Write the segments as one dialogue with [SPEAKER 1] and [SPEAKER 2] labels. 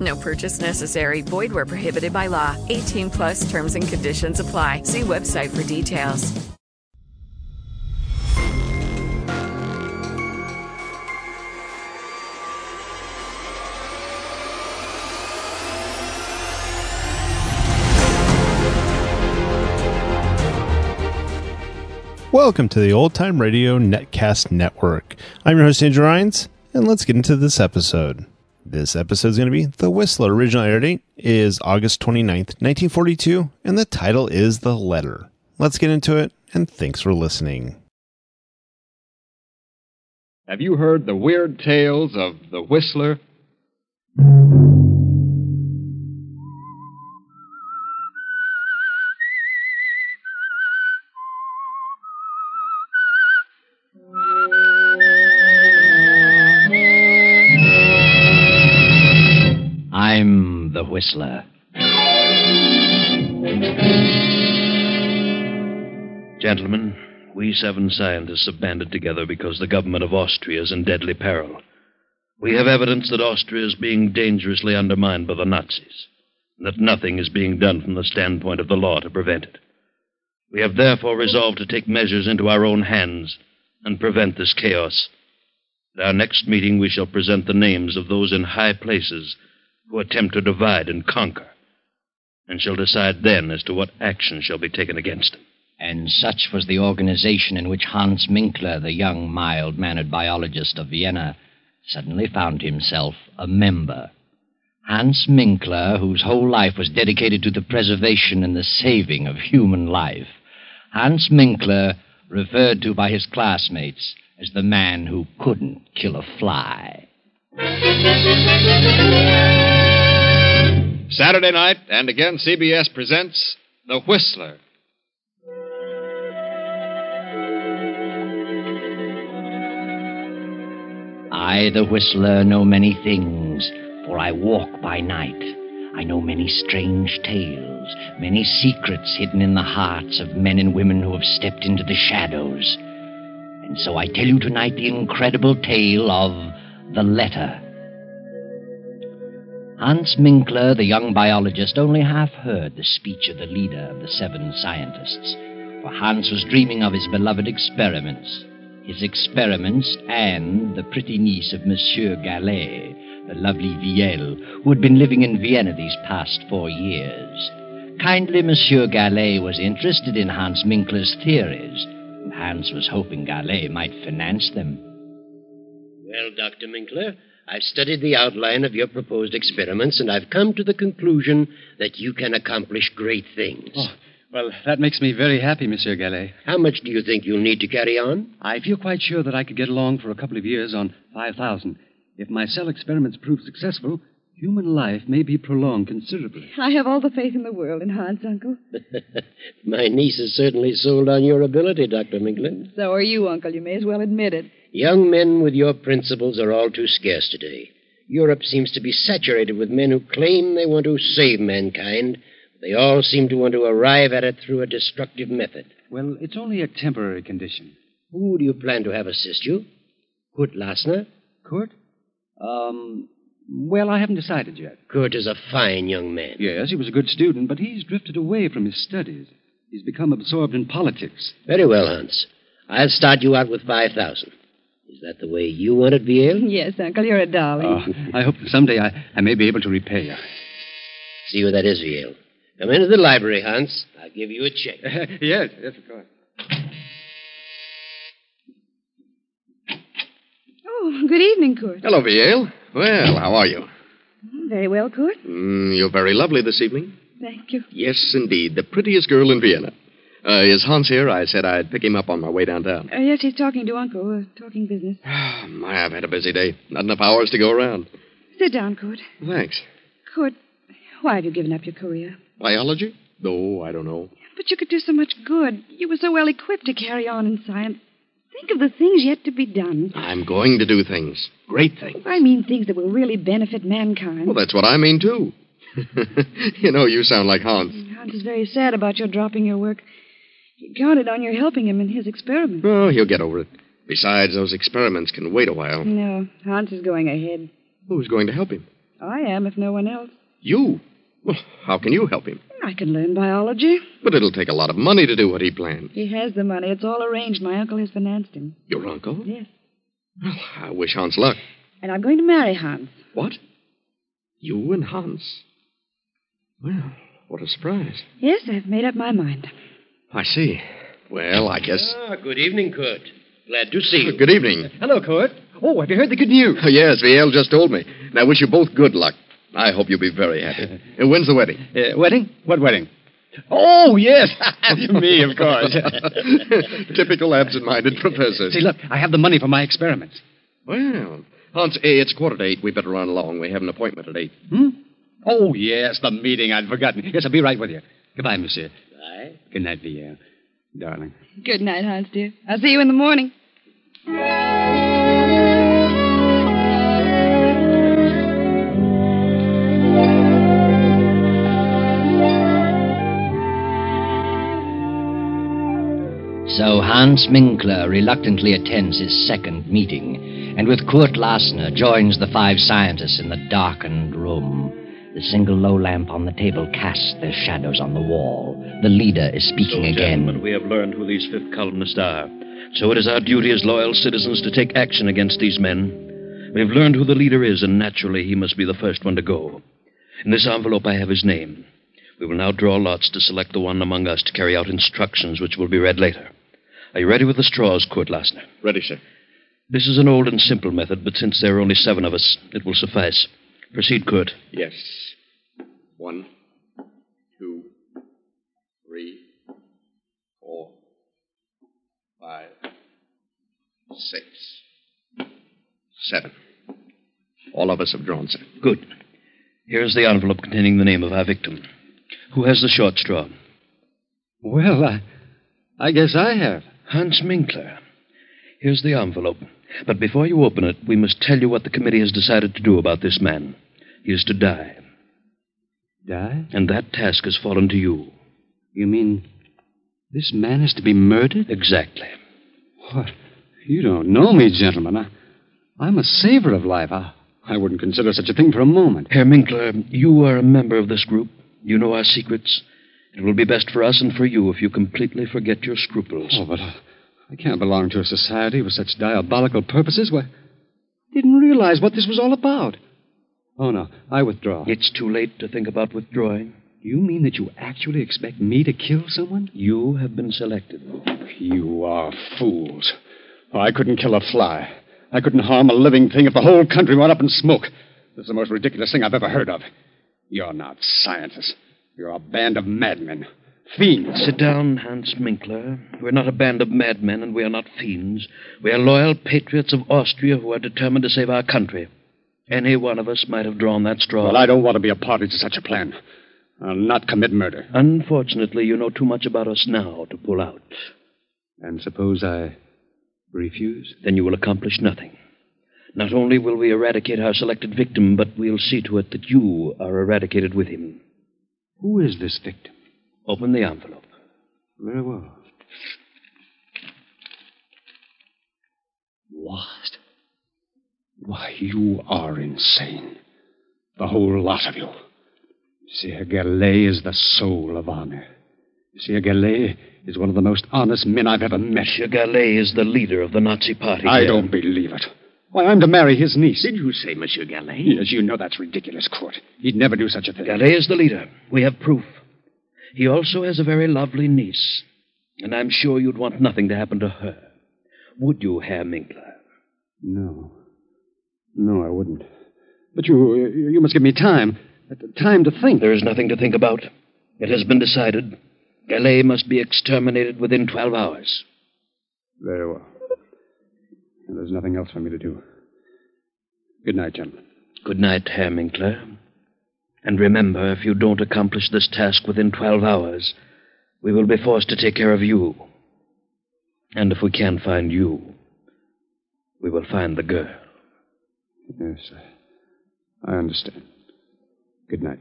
[SPEAKER 1] No purchase necessary. Void where prohibited by law. 18 plus terms and conditions apply. See website for details.
[SPEAKER 2] Welcome to the Old Time Radio Netcast Network. I'm your host, Andrew Rhines, and let's get into this episode. This episode is going to be The Whistler. Original air date is August 29th, 1942, and the title is The Letter. Let's get into it, and thanks for listening.
[SPEAKER 3] Have you heard the weird tales of the Whistler?
[SPEAKER 4] I'm the Whistler. Gentlemen, we seven scientists have banded together because the government of Austria is in deadly peril. We have evidence that Austria is being dangerously undermined by the Nazis, and that nothing is being done from the standpoint of the law to prevent it. We have therefore resolved to take measures into our own hands and prevent this chaos. At our next meeting, we shall present the names of those in high places who attempt to divide and conquer, and shall decide then as to what action shall be taken against them.
[SPEAKER 5] And such was the organization in which Hans Minkler, the young, mild mannered biologist of Vienna, suddenly found himself a member. Hans Minkler, whose whole life was dedicated to the preservation and the saving of human life. Hans Minkler, referred to by his classmates as the man who couldn't kill a fly.
[SPEAKER 3] Saturday night, and again, CBS presents The Whistler.
[SPEAKER 5] I, the whistler, know many things, for I walk by night. I know many strange tales, many secrets hidden in the hearts of men and women who have stepped into the shadows. And so I tell you tonight the incredible tale of the letter. Hans Minkler, the young biologist, only half heard the speech of the leader of the seven scientists, for Hans was dreaming of his beloved experiments. His experiments and the pretty niece of Monsieur Gallet, the lovely Vielle, who had been living in Vienna these past four years. Kindly Monsieur Gallet was interested in Hans Minkler's theories, and Hans was hoping Gallet might finance them.
[SPEAKER 6] Well, Dr. Minkler, I've studied the outline of your proposed experiments, and I've come to the conclusion that you can accomplish great things.
[SPEAKER 7] Oh, well, that makes me very happy, Monsieur Gallet.
[SPEAKER 6] How much do you think you'll need to carry on?
[SPEAKER 7] I feel quite sure that I could get along for a couple of years on 5,000. If my cell experiments prove successful, human life may be prolonged considerably.
[SPEAKER 8] I have all the faith in the world in Hans, Uncle.
[SPEAKER 6] My niece is certainly sold on your ability, Dr. Minkler.
[SPEAKER 8] So are you, Uncle. You may as well admit it.
[SPEAKER 6] Young men with your principles are all too scarce today. Europe seems to be saturated with men who claim they want to save mankind. They all seem to want to arrive at it through a destructive method.
[SPEAKER 7] Well, it's only a temporary condition.
[SPEAKER 6] Who do you plan to have assist you? Kurt Lassner?
[SPEAKER 7] Kurt? Um, well, I haven't decided yet.
[SPEAKER 6] Kurt is a fine young man.
[SPEAKER 7] Yes, he was a good student, but he's drifted away from his studies. He's become absorbed in politics.
[SPEAKER 6] Very well, Hans. I'll start you out with 5,000. Is that the way you want it, Viel?
[SPEAKER 8] Yes, Uncle, you're a darling.
[SPEAKER 7] Oh,
[SPEAKER 9] Uh.
[SPEAKER 7] I hope that someday I, I may be able to repay you.
[SPEAKER 6] See who that is, Viel. Come into the library, Hans. I'll give you a check.
[SPEAKER 7] yes, yes, of course.
[SPEAKER 8] Oh, good evening, Kurt.
[SPEAKER 9] Hello, Vielle. Well, how are you?
[SPEAKER 8] Very well, Kurt.
[SPEAKER 9] Mm, you're very lovely this evening.
[SPEAKER 8] Thank you.
[SPEAKER 9] Yes, indeed. The prettiest girl in Vienna. Uh, is Hans here? I said I'd pick him up on my way downtown.
[SPEAKER 8] Uh, yes, he's talking to Uncle, uh, talking business.
[SPEAKER 9] My, I've had a busy day. Not enough hours to go around.
[SPEAKER 8] Sit down, Kurt.
[SPEAKER 9] Thanks.
[SPEAKER 8] Kurt, why have you given up your career?
[SPEAKER 9] Biology? No, I don't know.
[SPEAKER 8] But you could do so much good. You were so well equipped to carry on in science. Think of the things yet to be done.
[SPEAKER 9] I'm going to do things. Great things.
[SPEAKER 8] I mean things that will really benefit mankind.
[SPEAKER 9] Well, that's what I mean, too. you know, you sound like Hans.
[SPEAKER 8] Hans is very sad about your dropping your work. He counted on your helping him in his experiment.
[SPEAKER 9] Oh, he'll get over it. Besides, those experiments can wait a while.
[SPEAKER 8] No, Hans is going ahead.
[SPEAKER 9] Who's going to help him?
[SPEAKER 8] I am, if no one else.
[SPEAKER 9] You. Well, how can you help him?
[SPEAKER 8] I can learn biology.
[SPEAKER 9] But it'll take a lot of money to do what he planned.
[SPEAKER 8] He has the money. It's all arranged. My uncle has financed him.
[SPEAKER 9] Your uncle?
[SPEAKER 8] Yes.
[SPEAKER 9] I wish Hans luck.
[SPEAKER 8] And I'm going to marry Hans.
[SPEAKER 9] What? You and Hans? Well, what a surprise.
[SPEAKER 8] Yes, I've made up my mind.
[SPEAKER 9] I see. Well, I guess.
[SPEAKER 10] Ah, good evening, Kurt. Glad to see you.
[SPEAKER 9] Good evening.
[SPEAKER 10] Hello, Kurt. Oh, have you heard the good news?
[SPEAKER 9] yes, Viel just told me. And I wish you both good luck. I hope you'll be very happy. And when's the wedding?
[SPEAKER 10] Uh, wedding? What wedding? Oh, yes. Me, of course.
[SPEAKER 9] Typical absent-minded professor.
[SPEAKER 10] See, look, I have the money for my experiments.
[SPEAKER 9] Well, Hans, eh, it's quarter to eight. We better run along. We have an appointment at eight.
[SPEAKER 10] Hmm? Oh, yes, the meeting. I'd forgotten. Yes, I'll be right with you. Goodbye, monsieur.
[SPEAKER 5] Goodbye.
[SPEAKER 10] Good night, Vielle. Darling.
[SPEAKER 8] Good night, Hans, dear. I'll see you in the morning.
[SPEAKER 5] So Hans Minkler reluctantly attends his second meeting, and with Kurt Lassner joins the five scientists in the darkened room. The single low lamp on the table casts their shadows on the wall. The leader is speaking
[SPEAKER 4] so,
[SPEAKER 5] again.
[SPEAKER 4] Gentlemen, we have learned who these fifth columnists are. So it is our duty as loyal citizens to take action against these men. We have learned who the leader is, and naturally he must be the first one to go. In this envelope I have his name. We will now draw lots to select the one among us to carry out instructions which will be read later. Are you ready with the straws, Kurt Lassner?
[SPEAKER 9] Ready, sir.
[SPEAKER 4] This is an old and simple method, but since there are only seven of us, it will suffice. Proceed, Kurt.
[SPEAKER 9] Yes. One, two, three, four, five, six, seven. All of us have drawn, sir.
[SPEAKER 4] Good. Here is the envelope containing the name of our victim. Who has the short straw?
[SPEAKER 7] Well, I, I guess I have.
[SPEAKER 4] Hans Minkler. Here's the envelope. But before you open it, we must tell you what the committee has decided to do about this man. He is to die.
[SPEAKER 7] Die?
[SPEAKER 4] And that task has fallen to you.
[SPEAKER 7] You mean this man is to be murdered?
[SPEAKER 4] Exactly.
[SPEAKER 7] What? You don't know me, gentlemen. I, I'm a saver of life. I, I wouldn't consider such a thing for a moment.
[SPEAKER 4] Herr Minkler, you are a member of this group. You know our secrets. It will be best for us and for you if you completely forget your scruples.
[SPEAKER 7] Oh, but uh, I can't belong to a society with such diabolical purposes. Why, I didn't realize what this was all about. Oh, no, I withdraw.
[SPEAKER 4] It's too late to think about withdrawing.
[SPEAKER 7] You mean that you actually expect me to kill someone?
[SPEAKER 4] You have been selected.
[SPEAKER 7] You are fools. Oh, I couldn't kill a fly. I couldn't harm a living thing if the whole country went up in smoke. This is the most ridiculous thing I've ever heard of. You're not scientists. You're a band of madmen. Fiends.
[SPEAKER 4] Sit down, Hans Minkler. We're not a band of madmen, and we are not fiends. We are loyal patriots of Austria who are determined to save our country. Any one of us might have drawn that straw.
[SPEAKER 7] Well, I don't want to be a party to such a plan. I'll not commit murder.
[SPEAKER 4] Unfortunately, you know too much about us now to pull out.
[SPEAKER 7] And suppose I refuse?
[SPEAKER 4] Then you will accomplish nothing. Not only will we eradicate our selected victim, but we'll see to it that you are eradicated with him.
[SPEAKER 7] Who is this victim?
[SPEAKER 4] Open the envelope.
[SPEAKER 7] Very well. What? Why, you are insane. The whole lot of you. Monsieur Gallet is the soul of honor. Monsieur Gallet is one of the most honest men I've ever met.
[SPEAKER 4] Monsieur Gallet is the leader of the Nazi party.
[SPEAKER 7] I
[SPEAKER 4] here.
[SPEAKER 7] don't believe it. Why, I'm to marry his niece.
[SPEAKER 10] Did you say, Monsieur Gallet?
[SPEAKER 7] Yes, you know that's ridiculous, Court. He'd never do such a thing.
[SPEAKER 4] Gallet is the leader. We have proof. He also has a very lovely niece, and I'm sure you'd want nothing to happen to her. Would you, Herr Minkler?
[SPEAKER 7] No. No, I wouldn't. But you, you must give me time. Time to think.
[SPEAKER 4] There is nothing to think about. It has been decided. Galay must be exterminated within 12 hours.
[SPEAKER 7] Very well. And there's nothing else for me to do. Good night, gentlemen.
[SPEAKER 4] Good night, Herr Minkler. And remember, if you don't accomplish this task within 12 hours, we will be forced to take care of you. And if we can't find you, we will find the girl.
[SPEAKER 7] Yes, sir. I understand. Good night.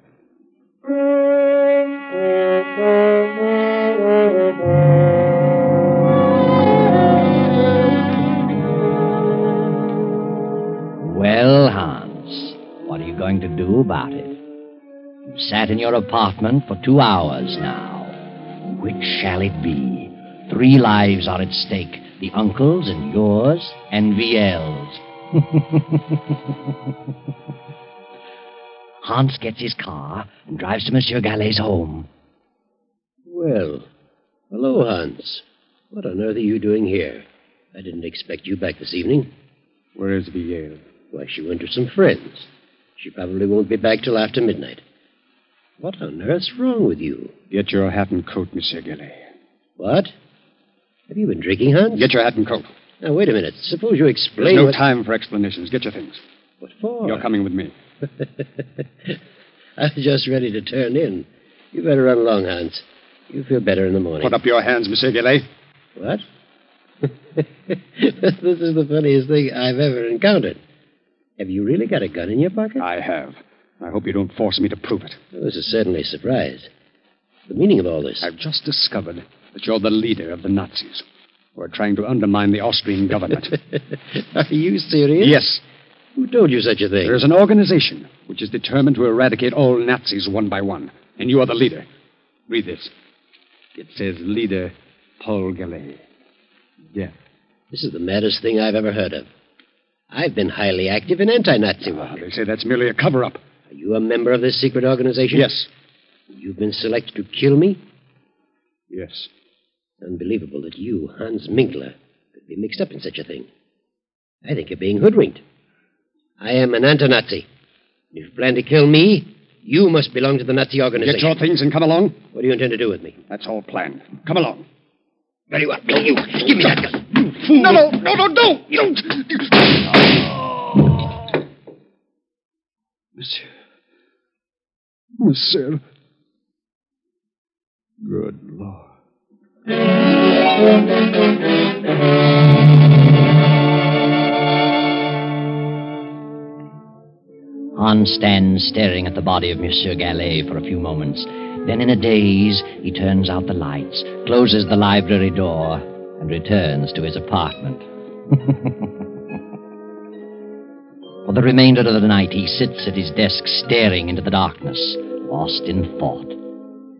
[SPEAKER 5] Well, Hans, what are you going to do about it? You've sat in your apartment for two hours now. Which shall it be? Three lives are at stake the uncle's and yours and VL's. Hans gets his car and drives to Monsieur Gallet's home.
[SPEAKER 6] Well, hello, Hans. What on earth are you doing here? I didn't expect you back this evening.
[SPEAKER 7] Where is Vielle?
[SPEAKER 6] Why, she went to some friends. She probably won't be back till after midnight. What on earth's wrong with you?
[SPEAKER 7] Get your hat and coat, Monsieur Gillet.
[SPEAKER 6] What? Have you been drinking, Hans?
[SPEAKER 7] Get your hat and coat.
[SPEAKER 6] Now, wait a minute. Suppose you explain.
[SPEAKER 7] There's no
[SPEAKER 6] what-
[SPEAKER 7] time for explanations. Get your things.
[SPEAKER 6] What for?
[SPEAKER 7] You're coming with me.
[SPEAKER 6] I was just ready to turn in. You better run along, Hans. You'll feel better in the morning.
[SPEAKER 7] Put up your hands, Monsieur Gillet.
[SPEAKER 6] What? this is the funniest thing I've ever encountered. Have you really got a gun in your pocket?
[SPEAKER 7] I have. I hope you don't force me to prove it.
[SPEAKER 6] This is certainly a surprise. The meaning of all this.
[SPEAKER 7] I've just discovered that you're the leader of the Nazis who are trying to undermine the Austrian government.
[SPEAKER 6] Are you serious?
[SPEAKER 7] yes.
[SPEAKER 6] Who told you such a thing?
[SPEAKER 7] There is an organization which is determined to eradicate all Nazis one by one, and you are the leader. Read this. It says leader Paul Gallet. Death.
[SPEAKER 6] This is the maddest thing I've ever heard of. I've been highly active in anti-Nazi work.
[SPEAKER 7] Ah, they say that's merely a cover up.
[SPEAKER 6] Are you a member of this secret organization?
[SPEAKER 7] Yes.
[SPEAKER 6] You've been selected to kill me?
[SPEAKER 7] Yes.
[SPEAKER 6] Unbelievable that you, Hans Minkler, could be mixed up in such a thing. I think you're being hoodwinked. I am an anti Nazi. If you plan to kill me, you must belong to the Nazi
[SPEAKER 7] Get
[SPEAKER 6] organization.
[SPEAKER 7] your things and come along.
[SPEAKER 6] What do you intend to do with me?
[SPEAKER 7] That's all planned. Come along.
[SPEAKER 6] Very well. You, give me that gun.
[SPEAKER 7] No, no, no, no, no! You don't! Monsieur. Monsieur. Good Lord.
[SPEAKER 5] Hans stands staring at the body of Monsieur Gallet for a few moments. Then, in a daze, he turns out the lights, closes the library door, and returns to his apartment. for the remainder of the night, he sits at his desk staring into the darkness, lost in thought.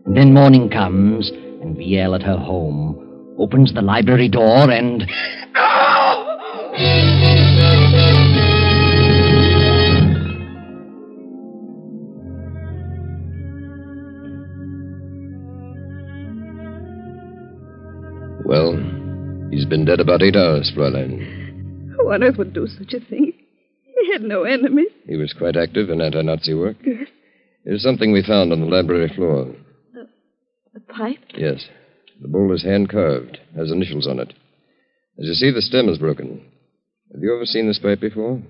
[SPEAKER 5] And then morning comes, and Vielle at her home opens the library door and.
[SPEAKER 11] Well, he's been dead about eight hours, Fräulein.
[SPEAKER 8] Who on earth would do such a thing? He had no enemies.
[SPEAKER 11] He was quite active in anti Nazi work.
[SPEAKER 8] Yes.
[SPEAKER 11] Here's something we found on the library floor.
[SPEAKER 8] A pipe?
[SPEAKER 11] Yes. The bowl is hand carved, has initials on it. As you see, the stem is broken. Have you ever seen this pipe before?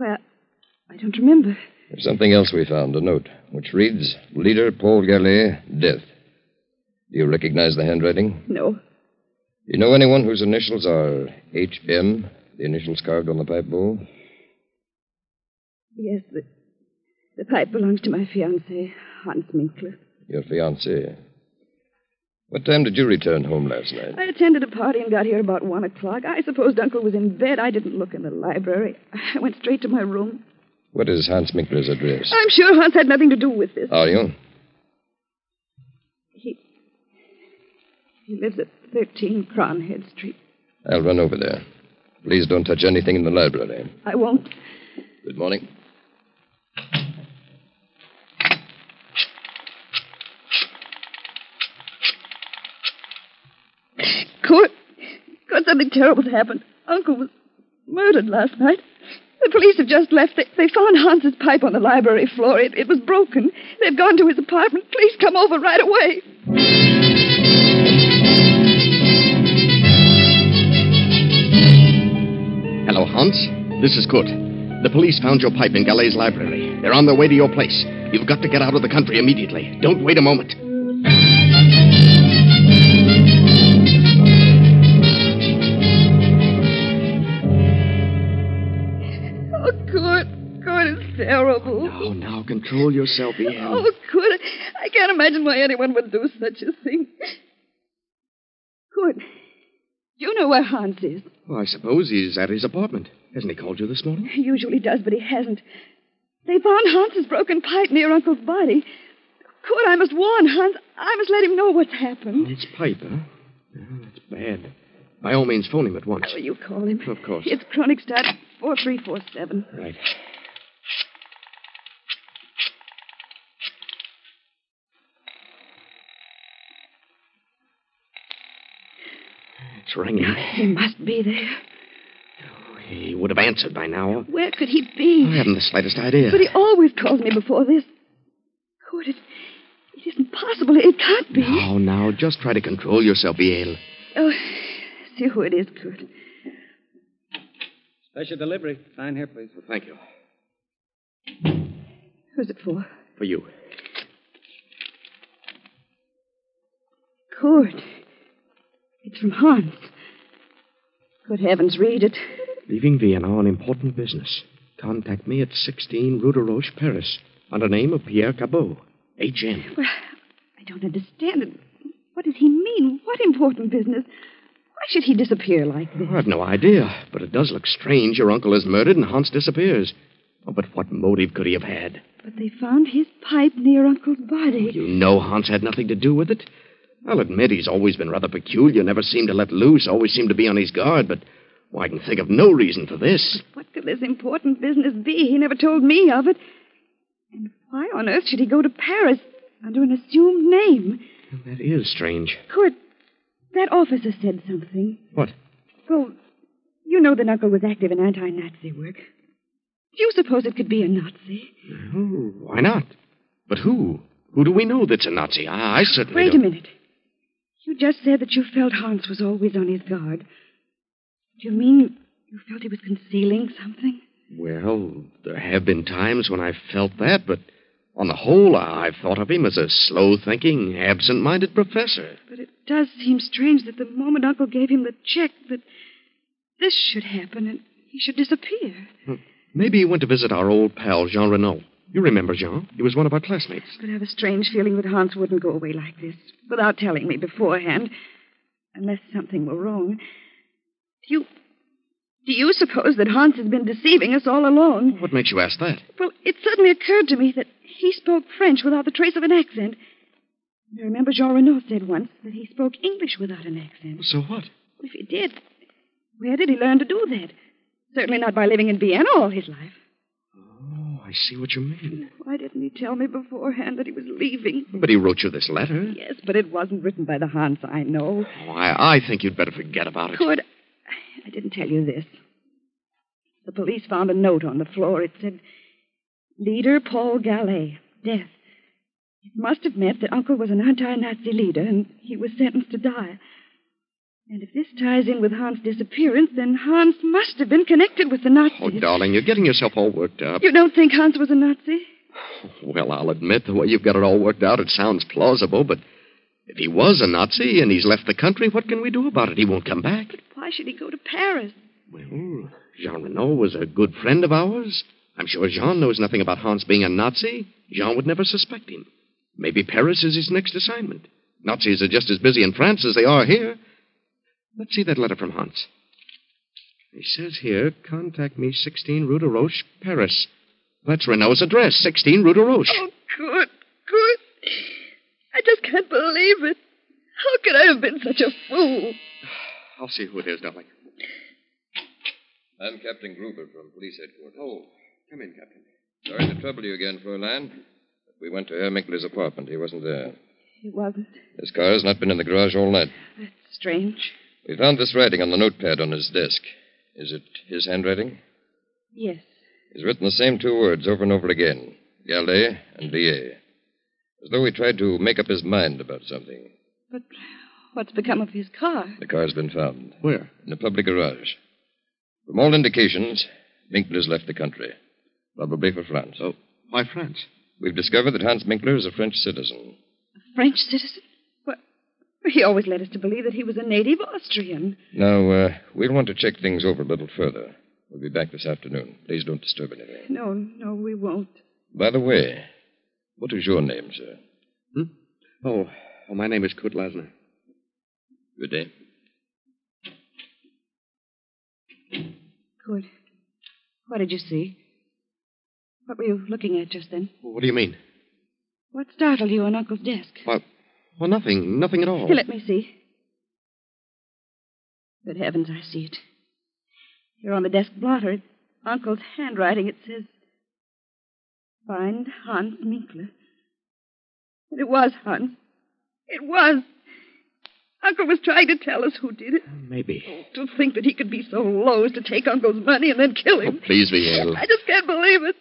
[SPEAKER 8] Well, I don't remember.
[SPEAKER 11] There's something else we found, a note, which reads Leader Paul Gallet, death. Do you recognize the handwriting?
[SPEAKER 8] No.
[SPEAKER 11] You know anyone whose initials are HM, the initials carved on the pipe bowl?
[SPEAKER 8] Yes, the, the pipe belongs to my fiancé, Hans Minkler.
[SPEAKER 11] Your fiancée. What time did you return home last night?
[SPEAKER 8] I attended a party and got here about one o'clock. I supposed Uncle was in bed. I didn't look in the library. I went straight to my room.
[SPEAKER 11] What is Hans Minkler's address?
[SPEAKER 8] I'm sure Hans had nothing to do with this.
[SPEAKER 11] Are you?
[SPEAKER 8] He he lives at 13 Cronhead Street.
[SPEAKER 11] I'll run over there. Please don't touch anything in the library.
[SPEAKER 8] I won't.
[SPEAKER 11] Good morning.
[SPEAKER 8] Could could something terrible happened? Uncle was murdered last night. The police have just left. They, they found Hans's pipe on the library floor. It, it was broken. They've gone to his apartment. Please come over right away.
[SPEAKER 12] Hello, Hans. This is Kurt. The police found your pipe in Galay's library. They're on their way to your place. You've got to get out of the country immediately. Don't wait a moment.
[SPEAKER 8] Oh, good. Good. It's terrible.
[SPEAKER 9] Oh, now control yourself, Ian.
[SPEAKER 8] Oh, good. I can't imagine why anyone would do such a thing. Good. You know where Hans is.
[SPEAKER 9] Well, I suppose he's at his apartment. Hasn't he called you this morning?
[SPEAKER 8] He usually does, but he hasn't. They found Hans's broken pipe near Uncle's body. Good. I must warn Hans. I must let him know what's happened.
[SPEAKER 9] It's Pipe, huh?
[SPEAKER 12] Ah,
[SPEAKER 9] Oh, that's bad. By all means, phone him at once.
[SPEAKER 8] Will Oh, you call him?
[SPEAKER 9] Of course.
[SPEAKER 8] It's Chronic Start 4347.
[SPEAKER 9] Right. It's ringing.
[SPEAKER 8] He must be there.
[SPEAKER 9] He would have answered by now.
[SPEAKER 8] Where could he be?
[SPEAKER 9] I haven't the slightest idea.
[SPEAKER 8] But he always calls me before this. Good. It, it isn't possible. It can't be.
[SPEAKER 9] Now, now, just try to control yourself, Yale.
[SPEAKER 8] Oh, see who it is, Kurt.
[SPEAKER 10] Special delivery. Sign here, please.
[SPEAKER 9] Thank you.
[SPEAKER 8] Who's it for?
[SPEAKER 9] For you.
[SPEAKER 8] Kurt. It's from Hans. Good heavens, read it.
[SPEAKER 9] Leaving Vienna on important business. Contact me at 16 Rue de Roche, Paris, under name of Pierre Cabot, H.M.
[SPEAKER 8] Well, I don't understand it. What does he mean? What important business? Why should he disappear like this?
[SPEAKER 9] I've no idea, but it does look strange. Your uncle is murdered and Hans disappears. Oh, but what motive could he have had?
[SPEAKER 8] But they found his pipe near Uncle's body.
[SPEAKER 9] Oh, You know Hans had nothing to do with it. I'll admit he's always been rather peculiar, never seemed to let loose, always seemed to be on his guard, but well, I can think of no reason for this.
[SPEAKER 8] What could this important business be? He never told me of it. And why on earth should he go to Paris under an assumed name?
[SPEAKER 9] That is strange.
[SPEAKER 8] Kurt, that officer said something.
[SPEAKER 9] What?
[SPEAKER 8] Well, you know that Uncle was active in anti Nazi work. Do you suppose it could be a Nazi?
[SPEAKER 9] No, why not? But who? Who do we know that's a Nazi? I, I certainly
[SPEAKER 8] Wait a
[SPEAKER 9] don't.
[SPEAKER 8] minute. You just said that you felt Hans was always on his guard. Do you mean you felt he was concealing something?
[SPEAKER 9] Well, there have been times when I've felt that, but on the whole, I- I've thought of him as a slow thinking, absent minded professor.
[SPEAKER 8] But it does seem strange that the moment Uncle gave him the check, that this should happen and he should disappear.
[SPEAKER 9] Maybe he went to visit our old pal, Jean Renault. You remember Jean? He was one of our classmates.
[SPEAKER 8] But I have a strange feeling that Hans wouldn't go away like this without telling me beforehand, unless something were wrong. Do you. Do you suppose that Hans has been deceiving us all along?
[SPEAKER 9] What makes you ask that?
[SPEAKER 8] Well, it suddenly occurred to me that he spoke French without the trace of an accent. I remember Jean Renault said once that he spoke English without an accent.
[SPEAKER 9] So what?
[SPEAKER 8] If he did, where did he learn to do that? Certainly not by living in Vienna all his life.
[SPEAKER 9] Oh, I see what you mean.
[SPEAKER 8] Why didn't he tell me beforehand that he was leaving?
[SPEAKER 9] But he wrote you this letter.
[SPEAKER 8] Yes, but it wasn't written by the Hans I know.
[SPEAKER 9] Oh, I, I think you'd better forget about it.
[SPEAKER 8] Could I didn't tell you this. The police found a note on the floor. It said, Leader Paul Gallet, death. It must have meant that Uncle was an anti Nazi leader and he was sentenced to die. And if this ties in with Hans' disappearance, then Hans must have been connected with the Nazis.
[SPEAKER 9] Oh, darling, you're getting yourself all worked up.
[SPEAKER 8] You don't think Hans was a Nazi?
[SPEAKER 9] Well, I'll admit, the way you've got it all worked out, it sounds plausible, but if he was a Nazi and he's left the country, what can we do about it? He won't come back.
[SPEAKER 8] Why should he go to Paris?
[SPEAKER 9] Well, Jean Renault was a good friend of ours. I'm sure Jean knows nothing about Hans being a Nazi. Jean would never suspect him. Maybe Paris is his next assignment. Nazis are just as busy in France as they are here. Let's see that letter from Hans. He says here, contact me 16 Rue de Roche, Paris. That's Renault's address, 16 Rue de Roche.
[SPEAKER 8] Oh, good, good. I just can't believe it. How could I have been such a fool?
[SPEAKER 9] I'll see who it is, darling.
[SPEAKER 11] I'm Captain Gruber from police headquarters.
[SPEAKER 9] Oh, come in, Captain.
[SPEAKER 11] Sorry to trouble you again, Fräulein. But we went to Herr Minkler's apartment. He wasn't there.
[SPEAKER 8] He wasn't.
[SPEAKER 11] His car has not been in the garage all night.
[SPEAKER 8] Strange.
[SPEAKER 11] We found this writing on the notepad on his desk. Is it his handwriting?
[SPEAKER 8] Yes.
[SPEAKER 11] He's written the same two words over and over again Galde and Lier. As though he tried to make up his mind about something.
[SPEAKER 8] What's become of his car?
[SPEAKER 11] The car's been found.
[SPEAKER 9] Where?
[SPEAKER 11] In a public garage. From all indications, Minkler's left the country. Probably for France.
[SPEAKER 9] Oh, why France?
[SPEAKER 11] We've discovered that Hans Minkler is a French citizen.
[SPEAKER 8] French citizen? Well, he always led us to believe that he was a native Austrian.
[SPEAKER 11] Now, uh, we'll want to check things over a little further. We'll be back this afternoon. Please don't disturb anything.
[SPEAKER 8] No, no, we won't.
[SPEAKER 11] By the way, what is your name, sir?
[SPEAKER 9] Oh, oh my name is Kurt Lasner.
[SPEAKER 11] Good day.
[SPEAKER 8] Good. What did you see? What were you looking at just then?
[SPEAKER 9] What do you mean?
[SPEAKER 8] What startled you on Uncle's desk?
[SPEAKER 9] Well, nothing. Nothing at all.
[SPEAKER 8] Here, let me see. Good heavens, I see it. Here on the desk blotter, Uncle's handwriting, it says, Find Hans Minkler. And it was Hans. It was. Uncle was trying to tell us who did it.
[SPEAKER 9] Maybe.
[SPEAKER 8] To think that he could be so low as to take Uncle's money and then kill him.
[SPEAKER 9] Please, Viel.
[SPEAKER 8] I just can't believe it.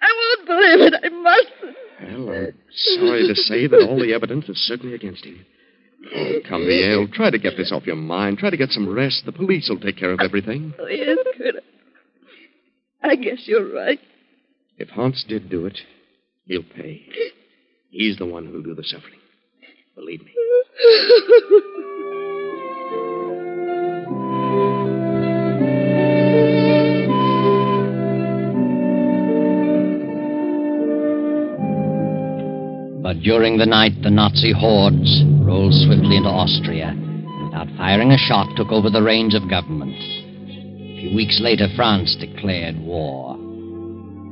[SPEAKER 8] I won't believe it. I mustn't.
[SPEAKER 9] Well, I'm sorry to say that all the evidence is certainly against him. Oh, come, Viel. Try to get this off your mind. Try to get some rest. The police will take care of everything.
[SPEAKER 8] Oh, yes, Kurt. I guess you're right.
[SPEAKER 9] If Hans did do it, he'll pay. He's the one who'll do the suffering. Believe me.
[SPEAKER 5] But during the night, the Nazi hordes rolled swiftly into Austria and, without firing a shot, took over the reins of government. A few weeks later, France declared war.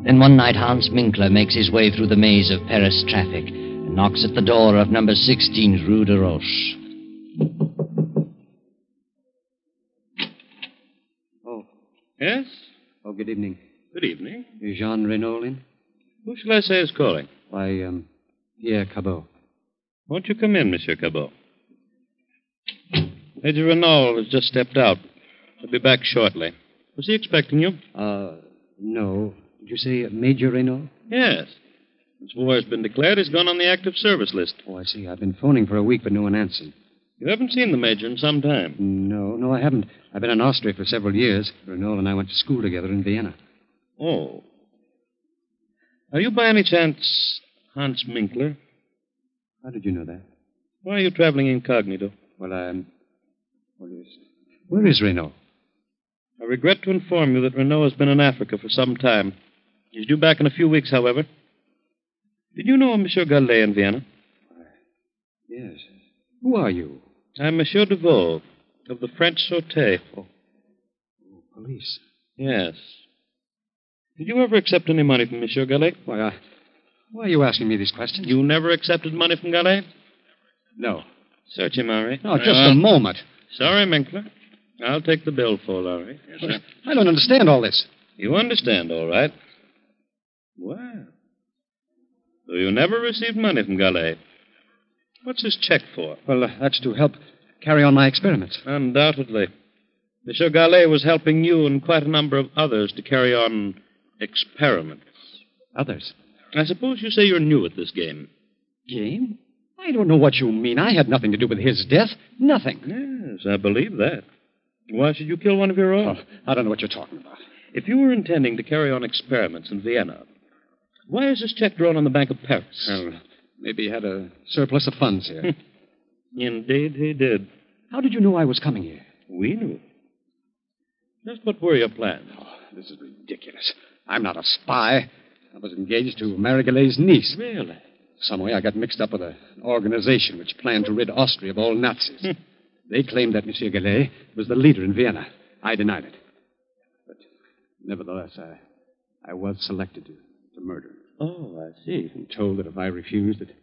[SPEAKER 5] Then one night, Hans Minkler makes his way through the maze of Paris traffic and knocks at the door of number 16 Rue de Roche.
[SPEAKER 7] Yes? Oh, good evening. Good evening. Jean Renaulin. Who shall I say is calling? Why, um, Pierre Cabot.
[SPEAKER 13] Won't you come in, Monsieur Cabot? Major Renault has just stepped out. He'll be back shortly. Was he expecting you?
[SPEAKER 7] Uh, no. Did you say Major Renault?
[SPEAKER 13] Yes. Since war has been declared, he's gone on the active service list.
[SPEAKER 7] Oh, I see. I've been phoning for a week, but no one answered.
[SPEAKER 13] You haven't seen the Major in some time.
[SPEAKER 7] No, no, I haven't. I've been in Austria for several years. Renault and I went to school together in Vienna.
[SPEAKER 13] Oh. Are you by any chance Hans Minkler?
[SPEAKER 7] How did you know that?
[SPEAKER 13] Why are you traveling incognito?
[SPEAKER 7] Well, I'm. Where is Renault?
[SPEAKER 13] I regret to inform you that Renault has been in Africa for some time. He's due back in a few weeks, however. Did you know Monsieur Gallet in Vienna?
[SPEAKER 7] Yes. Who are you?
[SPEAKER 13] I'm Monsieur Duvaux of the French Sûreté.
[SPEAKER 7] Police.
[SPEAKER 13] Yes. Did you ever accept any money from Monsieur Gallet?
[SPEAKER 7] Why, I... Why are you asking me these questions?
[SPEAKER 13] You never accepted money from Gallet?
[SPEAKER 7] No.
[SPEAKER 13] Search him, Henri.
[SPEAKER 7] No, Oh, just a moment.
[SPEAKER 13] Sorry, Minkler. I'll take the bill for it, Henri.
[SPEAKER 7] I don't understand all this.
[SPEAKER 13] You understand, all right. Well. So you never received money from Gallet. What's his check for?
[SPEAKER 7] Well, uh, that's to help carry on my experiments.
[SPEAKER 13] Undoubtedly. Monsieur Gallet was helping you and quite a number of others to carry on experiments.
[SPEAKER 7] Others?
[SPEAKER 13] I suppose you say you're new at this game.
[SPEAKER 7] Game? I don't know what you mean. I had nothing to do with his death. Nothing.
[SPEAKER 13] Yes, I believe that. Why should you kill one of your own?
[SPEAKER 7] Oh, I don't know what you're talking about.
[SPEAKER 13] If you were intending to carry on experiments in Vienna, why is this check drawn on the Bank of Paris?
[SPEAKER 7] maybe he had a surplus of funds here.
[SPEAKER 13] Indeed, he did.
[SPEAKER 7] How did you know I was coming here?
[SPEAKER 13] We knew. Just what were your plans?
[SPEAKER 7] This is ridiculous. I'm not a spy. I was engaged to Mary Gillet's niece.
[SPEAKER 13] Really?
[SPEAKER 7] Some way I got mixed up with an organization which planned to rid Austria of all Nazis.
[SPEAKER 13] Hmm.
[SPEAKER 7] they claimed that Monsieur Gillet was the leader in Vienna. I denied it. But nevertheless, I, I was selected to, to murder.
[SPEAKER 13] Oh, I see.
[SPEAKER 7] And told that if I refused, it,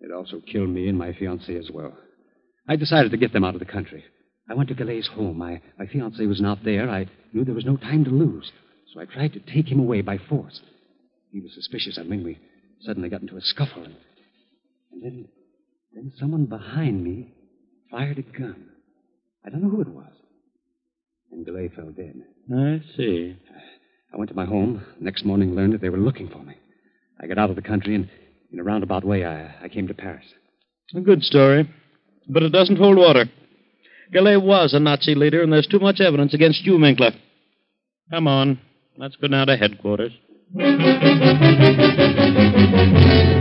[SPEAKER 7] they'd also kill me and my fiancée as well. I decided to get them out of the country. I went to Gillet's home. My, my fiancé was not there. I knew there was no time to lose. So I tried to take him away by force. He was suspicious of me, and we suddenly got into a scuffle. And, and then, then someone behind me fired a gun. I don't know who it was. And Gillet fell dead.
[SPEAKER 13] I see. I went to my home. Next morning, learned that they were looking for me. I got out of the country, and in a roundabout way, I, I came to Paris.
[SPEAKER 4] A good story, but it doesn't hold water. Gallet was a Nazi leader, and there's too much evidence against you, Minkler. Come on, let's go now to headquarters.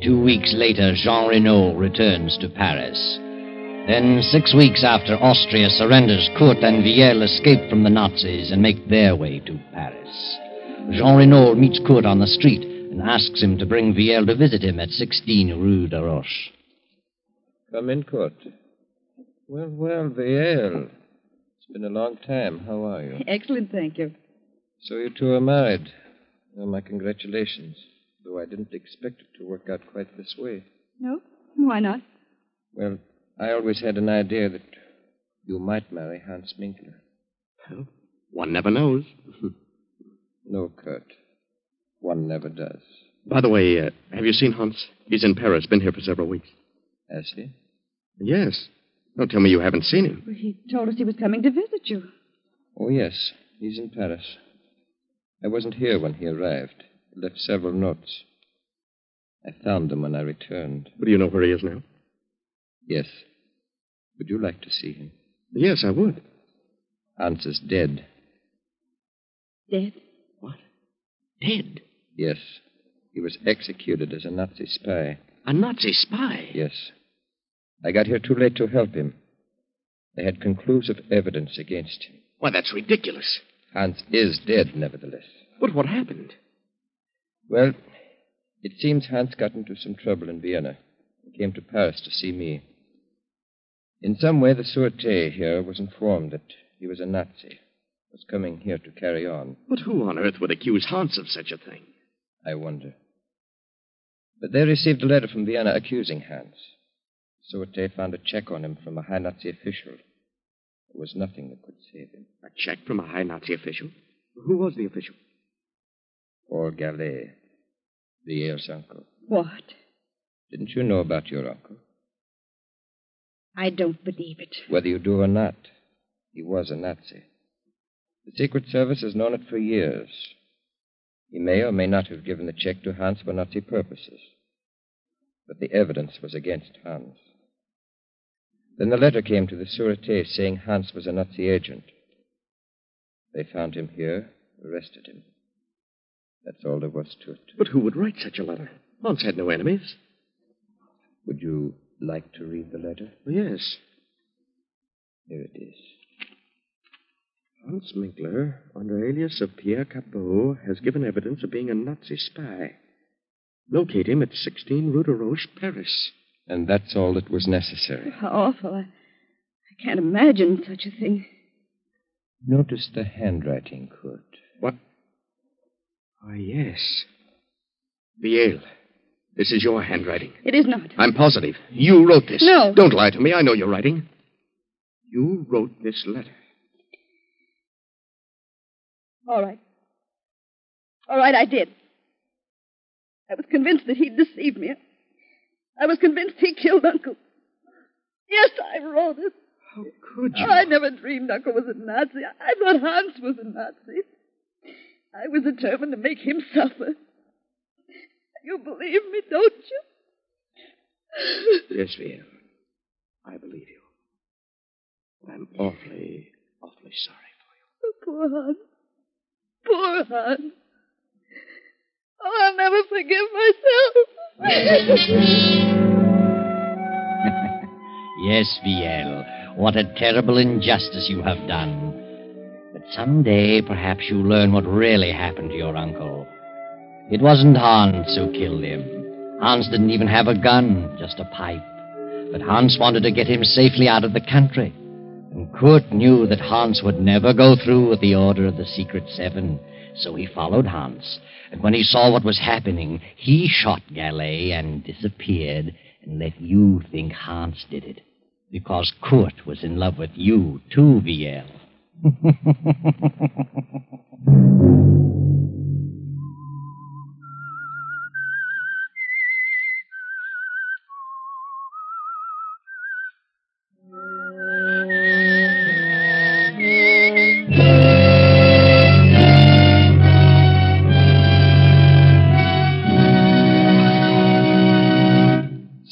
[SPEAKER 5] Two weeks later, Jean Renault returns to Paris. Then, six weeks after Austria surrenders, Kurt and Viel escape from the Nazis and make their way to Paris. Jean Renault meets Kurt on the street and asks him to bring Viel to visit him at 16 Rue de Roche.
[SPEAKER 11] Come in, Court. Well, well, Viel. It's been a long time. How are you?
[SPEAKER 8] Excellent, thank you.
[SPEAKER 11] So you two are married. Well, my congratulations. Though I didn't expect it to work out quite this way.
[SPEAKER 8] No? Why not?
[SPEAKER 11] Well, I always had an idea that you might marry Hans Minkler.
[SPEAKER 9] Well, one never knows.
[SPEAKER 11] no, Kurt. One never does.
[SPEAKER 9] By the way, uh, have you seen Hans? He's in Paris, been here for several weeks.
[SPEAKER 11] Has he?
[SPEAKER 9] Yes. Don't tell me you haven't seen him.
[SPEAKER 8] Well, he told us he was coming to visit you.
[SPEAKER 11] Oh, yes. He's in Paris. I wasn't here when he arrived. He left several notes. I found them when I returned.
[SPEAKER 9] But do you know where he is now?
[SPEAKER 11] Yes. Would you like to see him?
[SPEAKER 9] Yes, I would.
[SPEAKER 11] Hans is dead.
[SPEAKER 8] Dead?
[SPEAKER 9] What? Dead?
[SPEAKER 11] Yes. He was executed as a Nazi spy.
[SPEAKER 9] A Nazi spy?
[SPEAKER 11] Yes. I got here too late to help him. They had conclusive evidence against him.
[SPEAKER 9] Why, that's ridiculous.
[SPEAKER 11] Hans is dead, nevertheless.
[SPEAKER 9] But what happened?
[SPEAKER 11] Well, it seems Hans got into some trouble in Vienna and came to Paris to see me. In some way, the Sûreté here was informed that he was a Nazi, was coming here to carry on.
[SPEAKER 9] But who on earth would accuse Hans of such a thing?
[SPEAKER 11] I wonder. But they received a letter from Vienna accusing Hans. Sûreté found a check on him from a high Nazi official. There was nothing that could save him.
[SPEAKER 9] A check from a high Nazi official? Who was the official?
[SPEAKER 11] Paul Gallet, Vier's uncle.
[SPEAKER 8] What?
[SPEAKER 11] Didn't you know about your uncle?
[SPEAKER 8] I don't believe it.
[SPEAKER 11] Whether you do or not, he was a Nazi. The Secret Service has known it for years. He may or may not have given the check to Hans for Nazi purposes but the evidence was against Hans. Then the letter came to the Sûreté saying Hans was a Nazi agent. They found him here, arrested him. That's all there was to it.
[SPEAKER 9] But who would write such a letter? Hans had no enemies.
[SPEAKER 11] Would you like to read the letter?
[SPEAKER 9] Yes.
[SPEAKER 11] Here it is.
[SPEAKER 9] Hans Minkler, under alias of Pierre Capot, has given evidence of being a Nazi spy. Locate him at 16 Rue de Roche, Paris.
[SPEAKER 11] And that's all that was necessary.
[SPEAKER 8] How awful. I, I can't imagine such a thing.
[SPEAKER 11] Notice the handwriting, Kurt.
[SPEAKER 9] What? Ah, yes. Biel, this is your handwriting.
[SPEAKER 8] It is not.
[SPEAKER 9] I'm positive. You wrote this.
[SPEAKER 8] No.
[SPEAKER 9] Don't lie to me. I know your writing. You wrote this letter.
[SPEAKER 8] All right. All right, I did. I was convinced that he'd deceived me. I was convinced he killed Uncle. Yes, I wrote it.
[SPEAKER 9] How could you?
[SPEAKER 8] Oh, I never dreamed Uncle was a Nazi. I thought Hans was a Nazi. I was determined to make him suffer. You believe me, don't you?
[SPEAKER 9] Yes, Viel. I believe you. But I'm awfully, awfully sorry
[SPEAKER 8] for you. Oh, poor Hans. Poor Hans. Oh, I'll never forgive myself.
[SPEAKER 5] yes, Viel, what a terrible injustice you have done. But someday, perhaps you'll learn what really happened to your uncle. It wasn't Hans who killed him. Hans didn't even have a gun, just a pipe. But Hans wanted to get him safely out of the country. And Kurt knew that Hans would never go through with the order of the Secret Seven, so he followed Hans. And when he saw what was happening, he shot Gallet and disappeared and let you think Hans did it. Because Kurt was in love with you, too, Viel.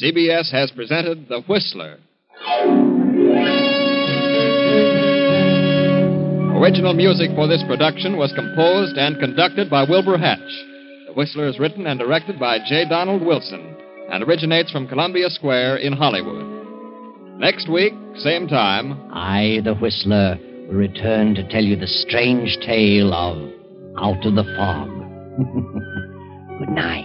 [SPEAKER 3] CBS has presented The Whistler. Original music for this production was composed and conducted by Wilbur Hatch. The Whistler is written and directed by J. Donald Wilson and originates from Columbia Square in Hollywood. Next week, same time,
[SPEAKER 5] I, the Whistler, will return to tell you the strange tale of Out of the Fog. Good night.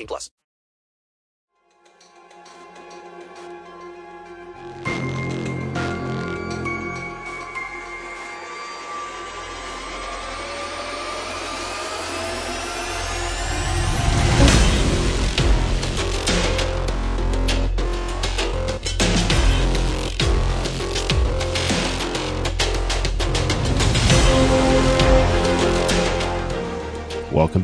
[SPEAKER 14] plus.
[SPEAKER 2] Welcome